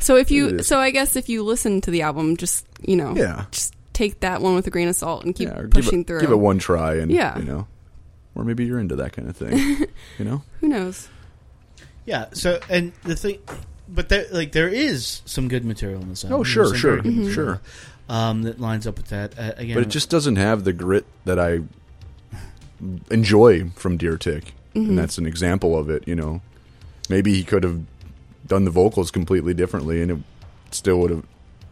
S2: So if
S1: It
S2: you
S1: is.
S2: so I guess if you listen to the album, just you know,
S1: Yeah.
S2: just take that one with a grain of salt and keep
S1: yeah or give
S2: pushing
S1: it,
S2: through.
S1: Give it one try, and
S2: Yeah.
S1: you know, or maybe you're into that kind of thing. you know,
S2: Who knows?
S3: Yeah. So and the thing, but there like there is some good material in this. Album.
S1: oh
S3: There's
S1: sure,
S3: some
S1: sure,
S3: very good
S2: Mm-hmm.
S3: material,
S1: sure.
S3: Um, that lines up with that uh, again.
S1: But it just doesn't have the grit that I enjoy from Deer Tick, and that's an example of it. You know, maybe he could have done the vocals completely differently, and it still would have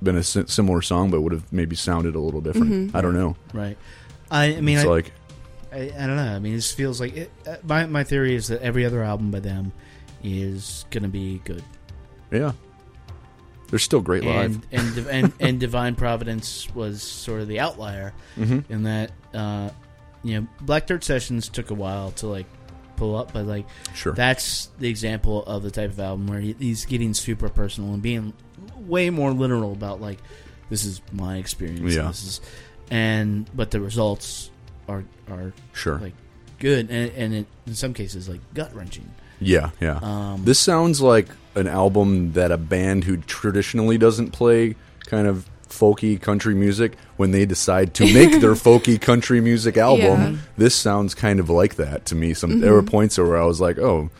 S1: been a si- similar song, but would have maybe sounded a little different. I don't know.
S3: right. I, I mean,
S1: it's
S3: I,
S1: like
S3: I, I don't know. I mean, this feels like it, uh, my my theory is that every other album by them is gonna be good.
S1: yeah, they're still great live.
S3: and and, Div- and and divine providence was sort of the outlier
S1: Mm-hmm.
S3: in that uh, you know black dirt sessions took a while to like pull up but like
S1: Sure.
S3: that's the example of the type of album where he, he's getting super personal and being way more literal about like this is my experience
S1: Yeah.
S3: this is and but the results are are
S1: Sure.
S3: like good and, and it, in some cases like gut wrenching
S1: Yeah, yeah.
S3: Um,
S1: this sounds like an album that a band who traditionally doesn't play kind of folky country music, when they decide to make their folky country music album,
S2: Yeah.
S1: this sounds kind of like that to me. Some there
S3: Mm-hmm.
S1: were points where I was like, oh.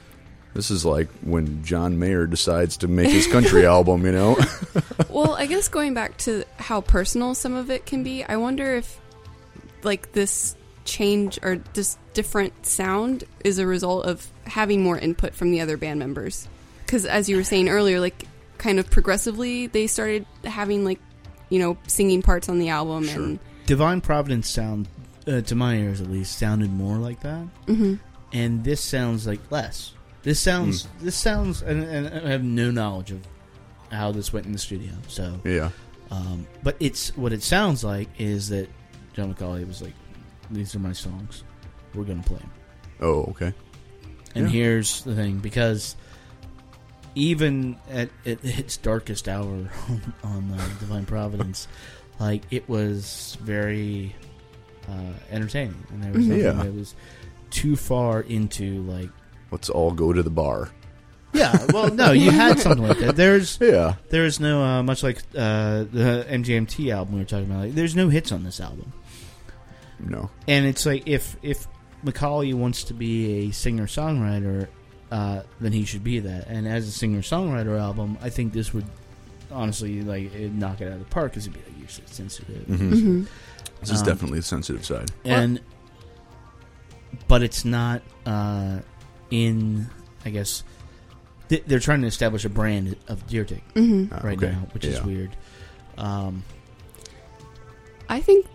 S1: This is like when John Mayer decides to make his country album, you know?
S2: Well, I guess going back to how personal some of it can be, I wonder if like this change or this different sound is a result of having more input from the other band members. Because as you were saying earlier, like kind of progressively they started having like you know singing parts on the album and
S3: Divine Providence sound, uh, to my ears at least, sounded more like that,
S2: Mhm.
S3: and this sounds like less. This sounds.
S1: Hmm.
S3: This sounds, and, and I have no knowledge of how this went in the studio. So,
S1: Yeah.
S3: um, but it's what it sounds like is that John McCauley was like, "These are my songs. We're gonna play 'em."
S1: Oh, okay.
S3: And
S1: Yeah.
S3: here's the thing, because even at, at its darkest hour on, on uh, Divine Providence, like it was very uh, entertaining, and there was
S1: Mhm.
S3: nothing
S1: Yeah.
S3: that was too far into like.
S1: Let's all go to the bar.
S3: Yeah, well, no, you had something like that. There's
S1: Yeah.
S3: there's no uh, much like uh, the MGMT album we were talking about. Like, there's no hits on this album.
S1: No.
S3: and it's like if if Macaulay wants to be a singer songwriter, uh, then he should be that. And as a singer songwriter album, I think this would honestly like it'd knock it out of the park because it'd be like you're so sensitive,
S1: hmm
S2: hmm
S1: This is
S3: Um,
S1: definitely a sensitive side.
S3: and but it's not uh, in I guess th- they're trying to establish a brand of Deer Tick
S2: hmm
S1: Ah,
S3: right
S1: okay.
S3: now, which is
S1: Yeah.
S3: weird. Um,
S2: I think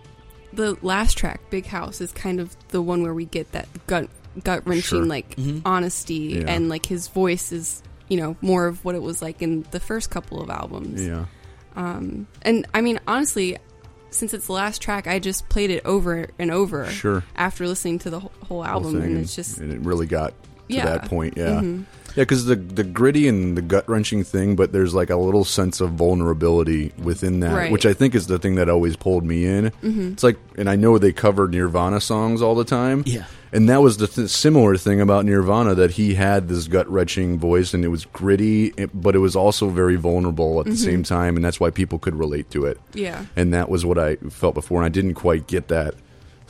S2: the last track, Big House, is kind of the one where we get that gut gut wrenching
S1: Sure. Mm-hmm.
S2: like
S3: Mhm.
S2: honesty
S1: Yeah.
S2: and like his voice is you know more of what it was like in the first couple of albums.
S1: Yeah.
S2: Um, and I mean honestly, since it's the last track, I just played it over and over
S1: Sure.
S2: after listening to the wh- whole album,
S1: Whole thing,
S2: and it's just
S1: and it really got to
S2: Yeah.
S1: that point. Yeah.
S2: Mhm.
S1: Yeah, because the the gritty and the gut wrenching thing, but there's like a little sense of vulnerability within that,
S2: Right. Mm-hmm.
S1: which I think is the thing that always pulled me in. It's like, and I know they covered Nirvana songs all the time.
S3: Yeah.
S1: and that was the th- similar thing about Nirvana that he had this gut wrenching voice, and it was gritty, it- but it was also very vulnerable at
S2: Mm-hmm.
S1: the same time, and that's why people could relate to it.
S2: yeah.
S1: And that was what I felt before, and I didn't quite get that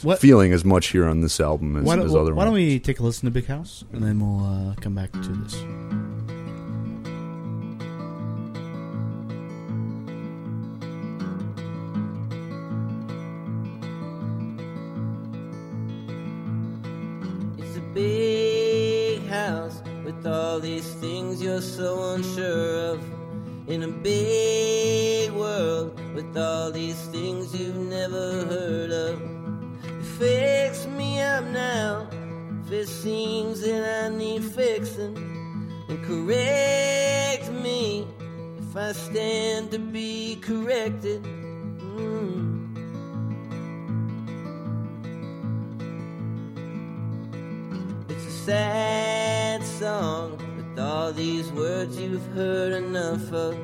S3: what,
S1: feeling as much here on this album as,
S3: why, don't,
S1: as other
S3: why
S1: ones.
S3: don't we take a listen to Big House and then we'll uh, come back to this.
S6: It's a big house with all these things you're so unsure of. In a big world with all these things you've never heard of. Fix me up now if it seems that I need fixing. And correct me if I stand to be corrected. Mm. It's a sad song with all these words you've heard enough of.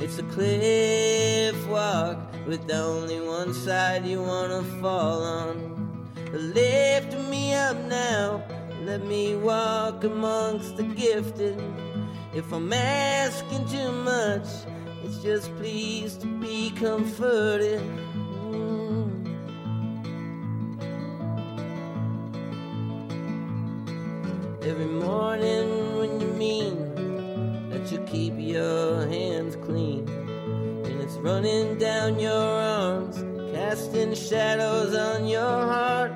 S6: It's a cliff walk with only one side you wanna fall on. Lift me up now, let me walk amongst the gifted. If I'm asking too much, it's just please to be comforted. Mm. Every morning when you mean that you keep your hands clean, and it's running down your arms, casting shadows on your heart.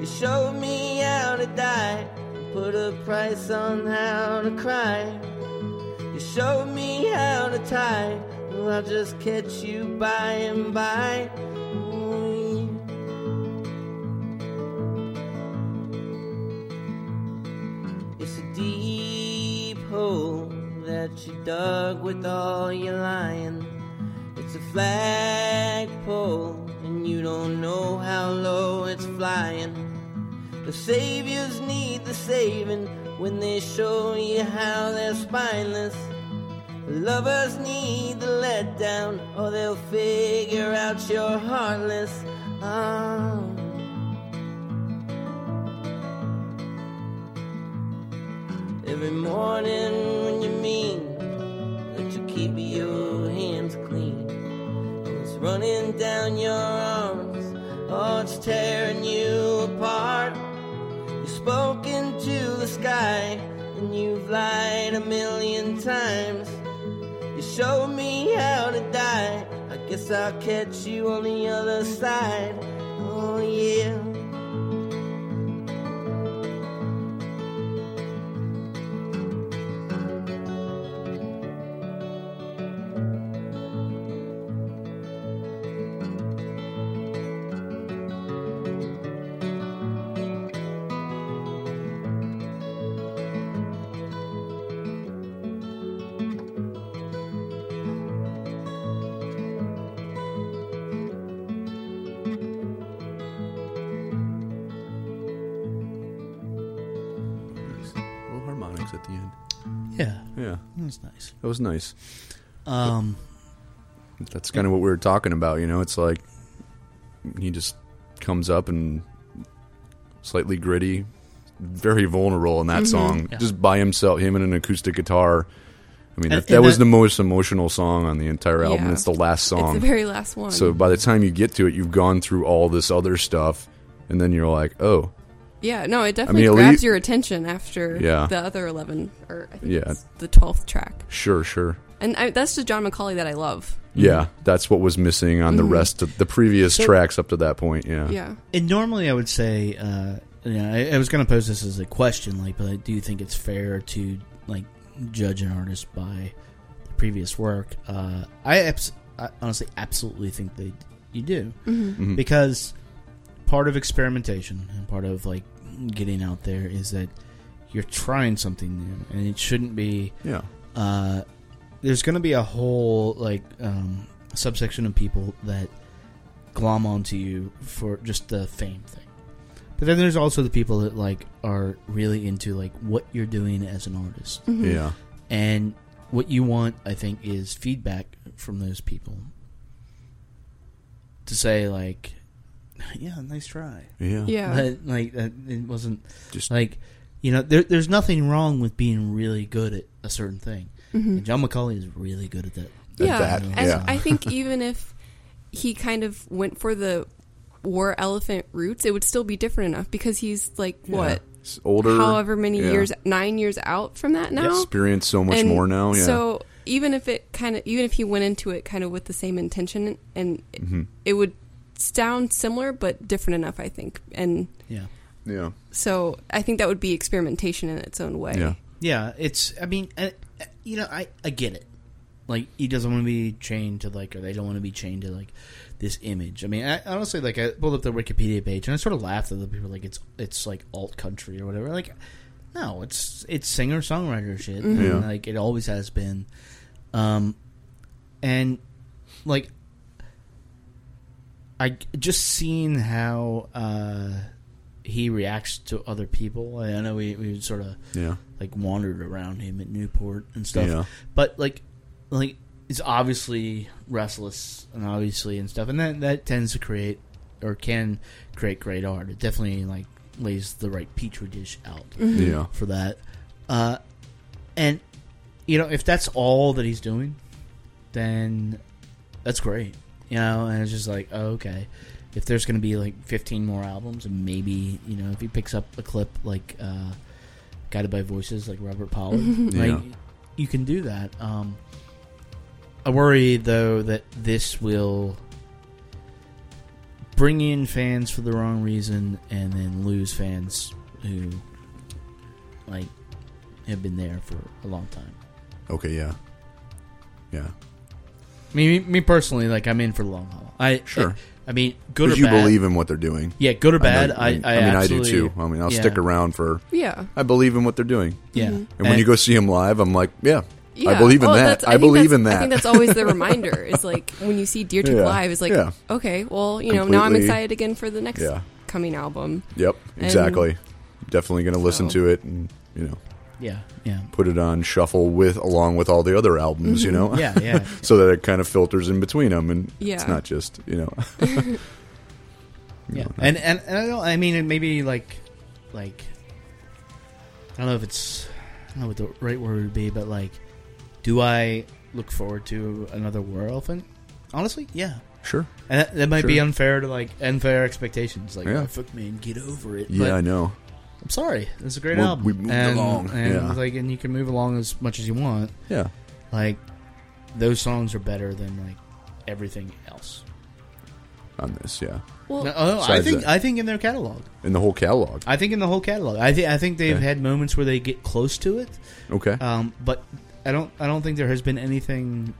S6: You showed me how to die, put a price on how to cry. You showed me how to tie, well, I'll just catch you by and by. Ooh. It's a deep hole that you dug with all your lying. It's a flagpole, and you don't know how low it's flying. The saviors need the saving when they show you how they're spineless. Lovers need the letdown, or they'll figure out you're heartless. Ah. Every morning when you mean that you keep your hands clean, and it's running down your arms, oh, it's tearing you apart. You've spoken to the sky, and you've lied a million times. You showed me how to die. I guess I'll catch you on the other side. Oh, yeah.
S1: Yeah,
S3: That's nice.
S1: that was nice.
S3: Um,
S1: That's kind of what we were talking about. You know, it's like he just comes up and slightly gritty, very vulnerable in that song,
S3: Yeah.
S1: just by himself, him and an acoustic guitar. I mean,
S3: And-
S1: that, that
S3: and
S1: was
S3: that-
S1: the most emotional song on the entire album.
S2: Yeah.
S1: It's the last
S2: It's
S1: song.
S2: the very last one.
S1: so by the time you get to it, you've gone through all this other stuff, and then you're like, oh,
S2: yeah, no, it definitely
S1: at
S2: grabs
S1: least-
S2: your attention after
S1: Yeah.
S2: the other eleven or I think
S1: Yeah.
S2: it's the twelfth track,
S1: sure, sure.
S2: and I, that's just John McCauley that I love.
S1: Yeah, that's what was missing on the rest of the previous
S3: So-
S1: tracks up to that point. Yeah.
S2: Yeah,
S3: and normally I would say, uh, you know, I, I was going to pose this as a question, like, but I do think it's fair to like judge an artist by the previous work. Uh, I, abs- I honestly absolutely think they you do
S2: Mm-hmm.
S1: Mm-hmm. Hmm.
S3: because part of experimentation and part of like getting out there is that you're trying something new, and it shouldn't be
S1: Yeah.
S3: uh, there's going to be a whole like um, subsection of people that glom onto you for just the fame thing. But then there's also the people that like are really into like what you're doing as an artist,
S2: Mm-hmm.
S1: Yeah.
S3: and what you want, I think, is feedback from those people to say like, "Yeah, nice try."
S1: Yeah.
S2: yeah,
S3: But, like that, it wasn't
S1: Just-
S3: just like you know there, there's nothing wrong with being really good at a certain thing. And John McCauley is really good at that.
S1: At
S2: Mm-hmm. yeah.
S1: that,
S2: And
S1: yeah.
S2: I think even if he kind of went for the war elephant roots, it would still be different enough because he's like what,
S1: It's older.
S2: however many
S1: yeah.
S2: years, nine years out from that now.
S1: Experience so much
S2: And
S1: more now. Yeah.
S2: So even if it kind of, even if he went into it kind of with the same intention, and it,
S1: Mm-hmm.
S2: it would sound similar but different enough, I think. And
S3: Yeah,
S1: yeah.
S2: so I think that would be experimentation in its own way.
S1: Yeah.
S3: yeah. It's I mean, I, I- you know, I I get it. Like he doesn't want to be chained to like, or they don't want to be chained to like this image. I mean, I, honestly, like I pulled up the Wikipedia page and I sort of laughed at the people like it's it's like alt country or whatever. Like, no, it's it's singer songwriter shit. And,
S1: Yeah.
S3: Like it always has been. Um, and like I just seeing how uh, he reacts to other people. I I know we we sort of
S1: Yeah.
S3: like wandered around him at Newport and stuff,
S1: Yeah.
S3: but like like he's obviously restless and obviously and stuff, and that that tends to create or can create great art. It definitely like lays the right petri dish out
S2: Mm-hmm.
S1: Yeah.
S3: for that. Uh, and you know, if that's all that he's doing, then that's great. You know, and it's just like, oh, okay. If there's going to be like 15 more albums, and maybe you know, if he picks up a clip like uh, "Guided by Voices," like Robert Pollard, like
S1: Yeah.
S3: you can do that. Um, I worry though that this will bring in fans for the wrong reason, and then lose fans who like have been there for a long time.
S1: Okay. Yeah. Yeah.
S3: I mean, me, me personally, like I'm in for the long haul. I
S1: Sure.
S3: I, I mean, good
S1: Because
S3: or
S1: you
S3: bad.
S1: believe in what they're doing.
S3: yeah, good or bad.
S1: know-
S3: I, I,
S1: mean, I do
S3: absolutely-
S1: too. I mean, I'll
S3: yeah,
S1: stick around for.
S2: Yeah.
S1: I believe in what they're doing.
S3: Yeah,
S1: And when you go see him live, I'm like, yeah,
S2: Yeah.
S1: I believe in
S2: Oh,
S1: that.
S2: that's-
S1: I,
S2: think
S1: believe in that.
S2: that's- I think that's always the reminder. Is like when you see Deer Tick
S1: Yeah.
S2: live, it's like,
S1: Yeah.
S2: okay, well, you know, now I'm
S1: Completely.
S2: excited again for the next
S1: Yeah.
S2: coming album.
S1: yep. Exactly. Definitely going to listen
S2: So-
S1: to it and you know
S3: yeah, yeah,
S1: put it on shuffle with along with all the other albums. You know.
S3: Mm-hmm. yeah, yeah.
S1: so that it kind of filters in between them, and it's
S2: Yeah.
S1: not just you know.
S3: Yeah, and and, and I, don't, I mean, it maybe like, like, I don't know if it's, I don't know what the right word would be, but like, do I look forward to another War Elephant? Honestly, yeah.
S1: sure.
S3: And that, that might be
S1: Sure.
S3: unfair to like unfair expectations. Like,
S1: Yeah.
S3: oh, fuck me and get over it.
S1: Yeah,
S3: but
S1: I know.
S3: I'm sorry. It's a great
S1: We're-
S3: album.
S1: we moved
S3: and,
S1: along,
S3: and
S1: yeah.
S3: like, and you can move along as much as you want.
S1: Yeah.
S3: Like, those songs are better than like everything else.
S1: On this, yeah.
S2: Well,
S3: No, oh, I
S1: Besides
S3: think
S1: that.
S3: I think in their catalog.
S1: In the whole catalog.
S3: I think in the whole catalog. I think I think they've
S1: Okay.
S3: had moments where they get close to it,
S1: Okay.
S3: um, but I don't I don't think there has been anything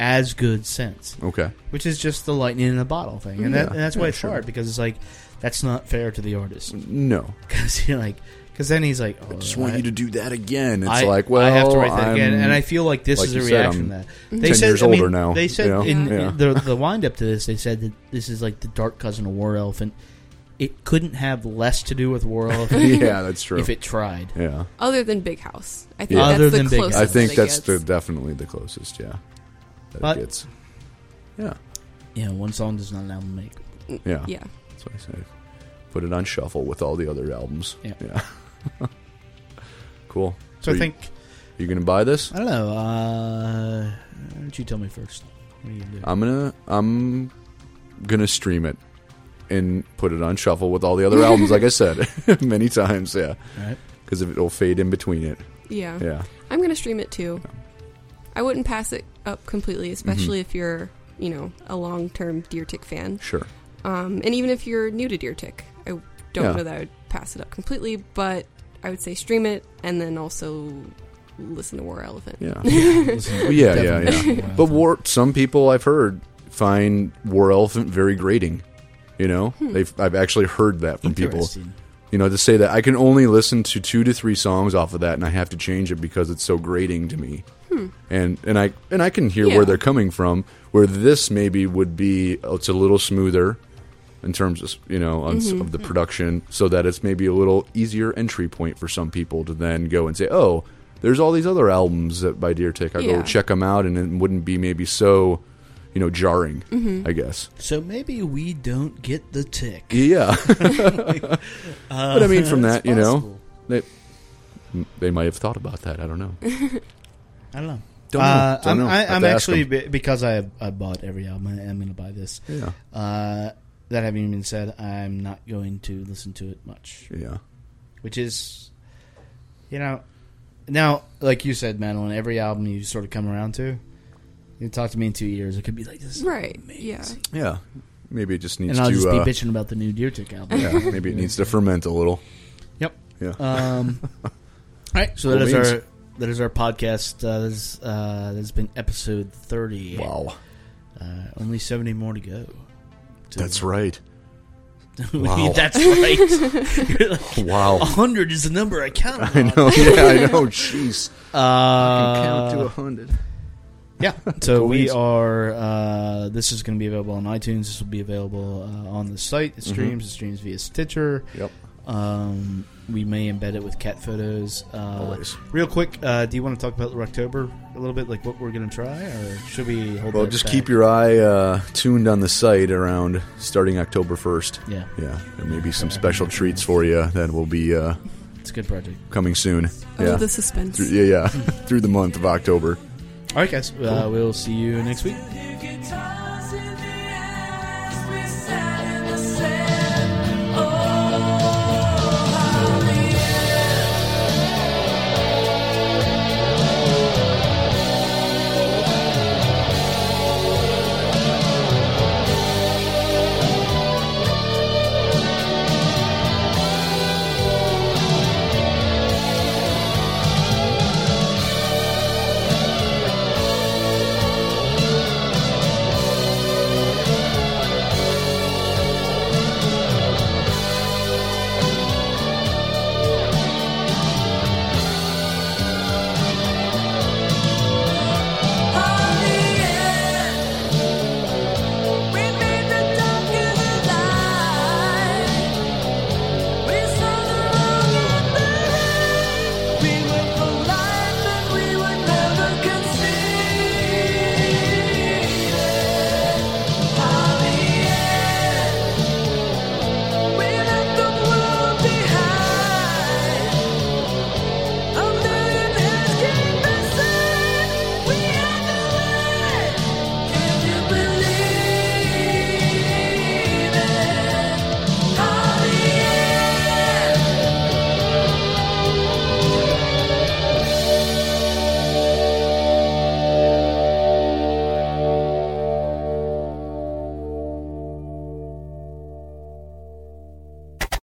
S3: as good since.
S1: okay.
S3: Which is just the lightning in a bottle thing, and,
S1: Yeah,
S3: that, and that's
S1: yeah,
S3: why it's
S1: sure.
S3: hard because it's like that's not fair to the artist
S1: No.
S3: because you're like because then he's like oh,
S1: I just want
S3: I-
S1: you to do that again. It's
S3: I,
S1: like, well,
S3: I have to write that again,
S1: I'm-
S3: and I feel like this
S1: like
S3: is
S1: you
S3: a
S1: said,
S3: reaction
S1: I'm
S3: to that. They
S1: 10
S3: said,
S1: years
S3: I mean,
S1: older now,
S3: They said
S1: you know?
S3: in
S1: Yeah.
S3: the the wind up to this, they said that this is like the dark cousin of War Elephant, it couldn't have less to do with World
S1: yeah, that's true.
S3: if it tried.
S1: yeah,
S2: Other than Big House, I think
S1: Yeah.
S2: that's
S3: Other
S2: the
S3: than Big
S2: closest.
S1: I think
S2: it
S1: that's the,
S2: gets.
S1: definitely the closest. Yeah, that
S3: But-
S1: it gets. Yeah,
S3: Yeah, one song does not an album make.
S1: yeah,
S2: yeah.
S1: That's what I say. Put it on shuffle with all the other albums.
S3: Yeah.
S1: cool.
S3: So I
S1: you-
S3: think
S1: you, gonna buy this.
S3: I don't know. Uh, why don't you tell me first? What are you gonna do?
S1: I'm gonna I'm gonna stream it and put it on shuffle with all the other albums. like I said many times. Yeah,
S3: All right.
S1: because it'll fade in between it.
S2: yeah,
S1: Yeah,
S2: I'm going to stream it too. I wouldn't pass it up completely,
S1: Mm-hmm.
S2: especially if you're, you know, a long-term Deer Tick fan.
S1: sure.
S2: Um, and even if you're new to Deer Tick, I don't
S1: Yeah.
S2: know that I would pass it up completely, but I would say stream it and then also listen to War Elephant.
S1: Yeah.
S3: Listen,
S1: Yeah,
S3: definitely
S1: yeah,
S3: listen
S1: yeah.
S3: to
S1: But
S3: Wild
S1: war, some people I've heard find War Elephant very grating. You know, they've I've actually heard that from
S3: Thought.
S1: people.
S3: Interesting.
S1: You know, to say that I can only listen to two to three songs off of that, and I have to change it because it's so grating to me. And and I and I can hear
S2: Yeah.
S1: where they're coming from. Where this maybe would be, it's a little smoother in terms of you know on, s
S3: Mm-hmm.
S1: of the production, so that it's maybe a little easier entry point for some people to then go and say, oh, there's all these other albums that by Deer Tick. I go
S2: Yeah.
S1: check them out, and it wouldn't be maybe so you know jarring.
S3: Mm-hmm.
S1: I guess.
S3: So maybe we don't get the tick.
S1: Yeah. but I mean, from
S3: that's
S1: that, you know,
S3: possible.
S1: they they might have thought about that. I don't know.
S3: I don't know.
S1: Don't know.
S3: Uh,
S1: Don't
S3: I'm,
S1: know.
S3: I,
S1: Have to
S3: I'm
S1: ask
S3: actually
S1: 'em.
S3: be- because I I bought every album. I am going to buy this.
S1: Yeah.
S3: Uh, that having been said, I'm not going to listen to it much,
S1: Yeah.
S3: which is, you know, now like you said, Madeline, every album you sort of come around to, you talk to me in two years, it could be like this,
S2: Right. Yeah.
S1: Yeah. Maybe it just needs
S3: And I'll
S1: to.
S3: just
S1: uh,
S3: be bitching about the new Deer Tick album.
S1: yeah. Maybe it needs to ferment a little.
S3: Yep.
S1: Yeah.
S3: Um, all right. So that
S1: Cool
S3: is
S1: beans.
S3: our that is our podcast. Uh, that is, uh, that's been episode thirty.
S1: wow.
S3: Uh, only seventy more to go. To-
S1: That's right. Wow.
S3: Wow. That's right. You're like, A
S1: Wow.
S3: hundred is the number I counted.
S1: I know. Yeah. I know. Jeez.
S3: Uh,
S1: hundred.
S3: yeah. So we
S1: Please.
S3: are. Uh, this is going to be available on iTunes. This will be available uh, on the site. It streams. It streams via Stitcher.
S1: Mm-hmm. Yep.
S3: Um, we may embed it with cat photos. Uh,
S1: Always.
S3: Real quick, uh, do you want to talk about Rocktober a little bit, like what we're going to try, or should we hold?
S1: Well,
S3: that
S1: just
S3: back?
S1: keep your eye uh, tuned on the site around starting October first.
S3: Yeah,
S1: Yeah, there may be some special treats for you that will be uh,
S3: it's a good project.
S1: coming soon.
S2: Oh,
S1: yeah.
S2: the suspense.
S1: Through- yeah, yeah, through the month of October.
S3: All right, guys. Uh, we'll see you next week.
S7: If you get tired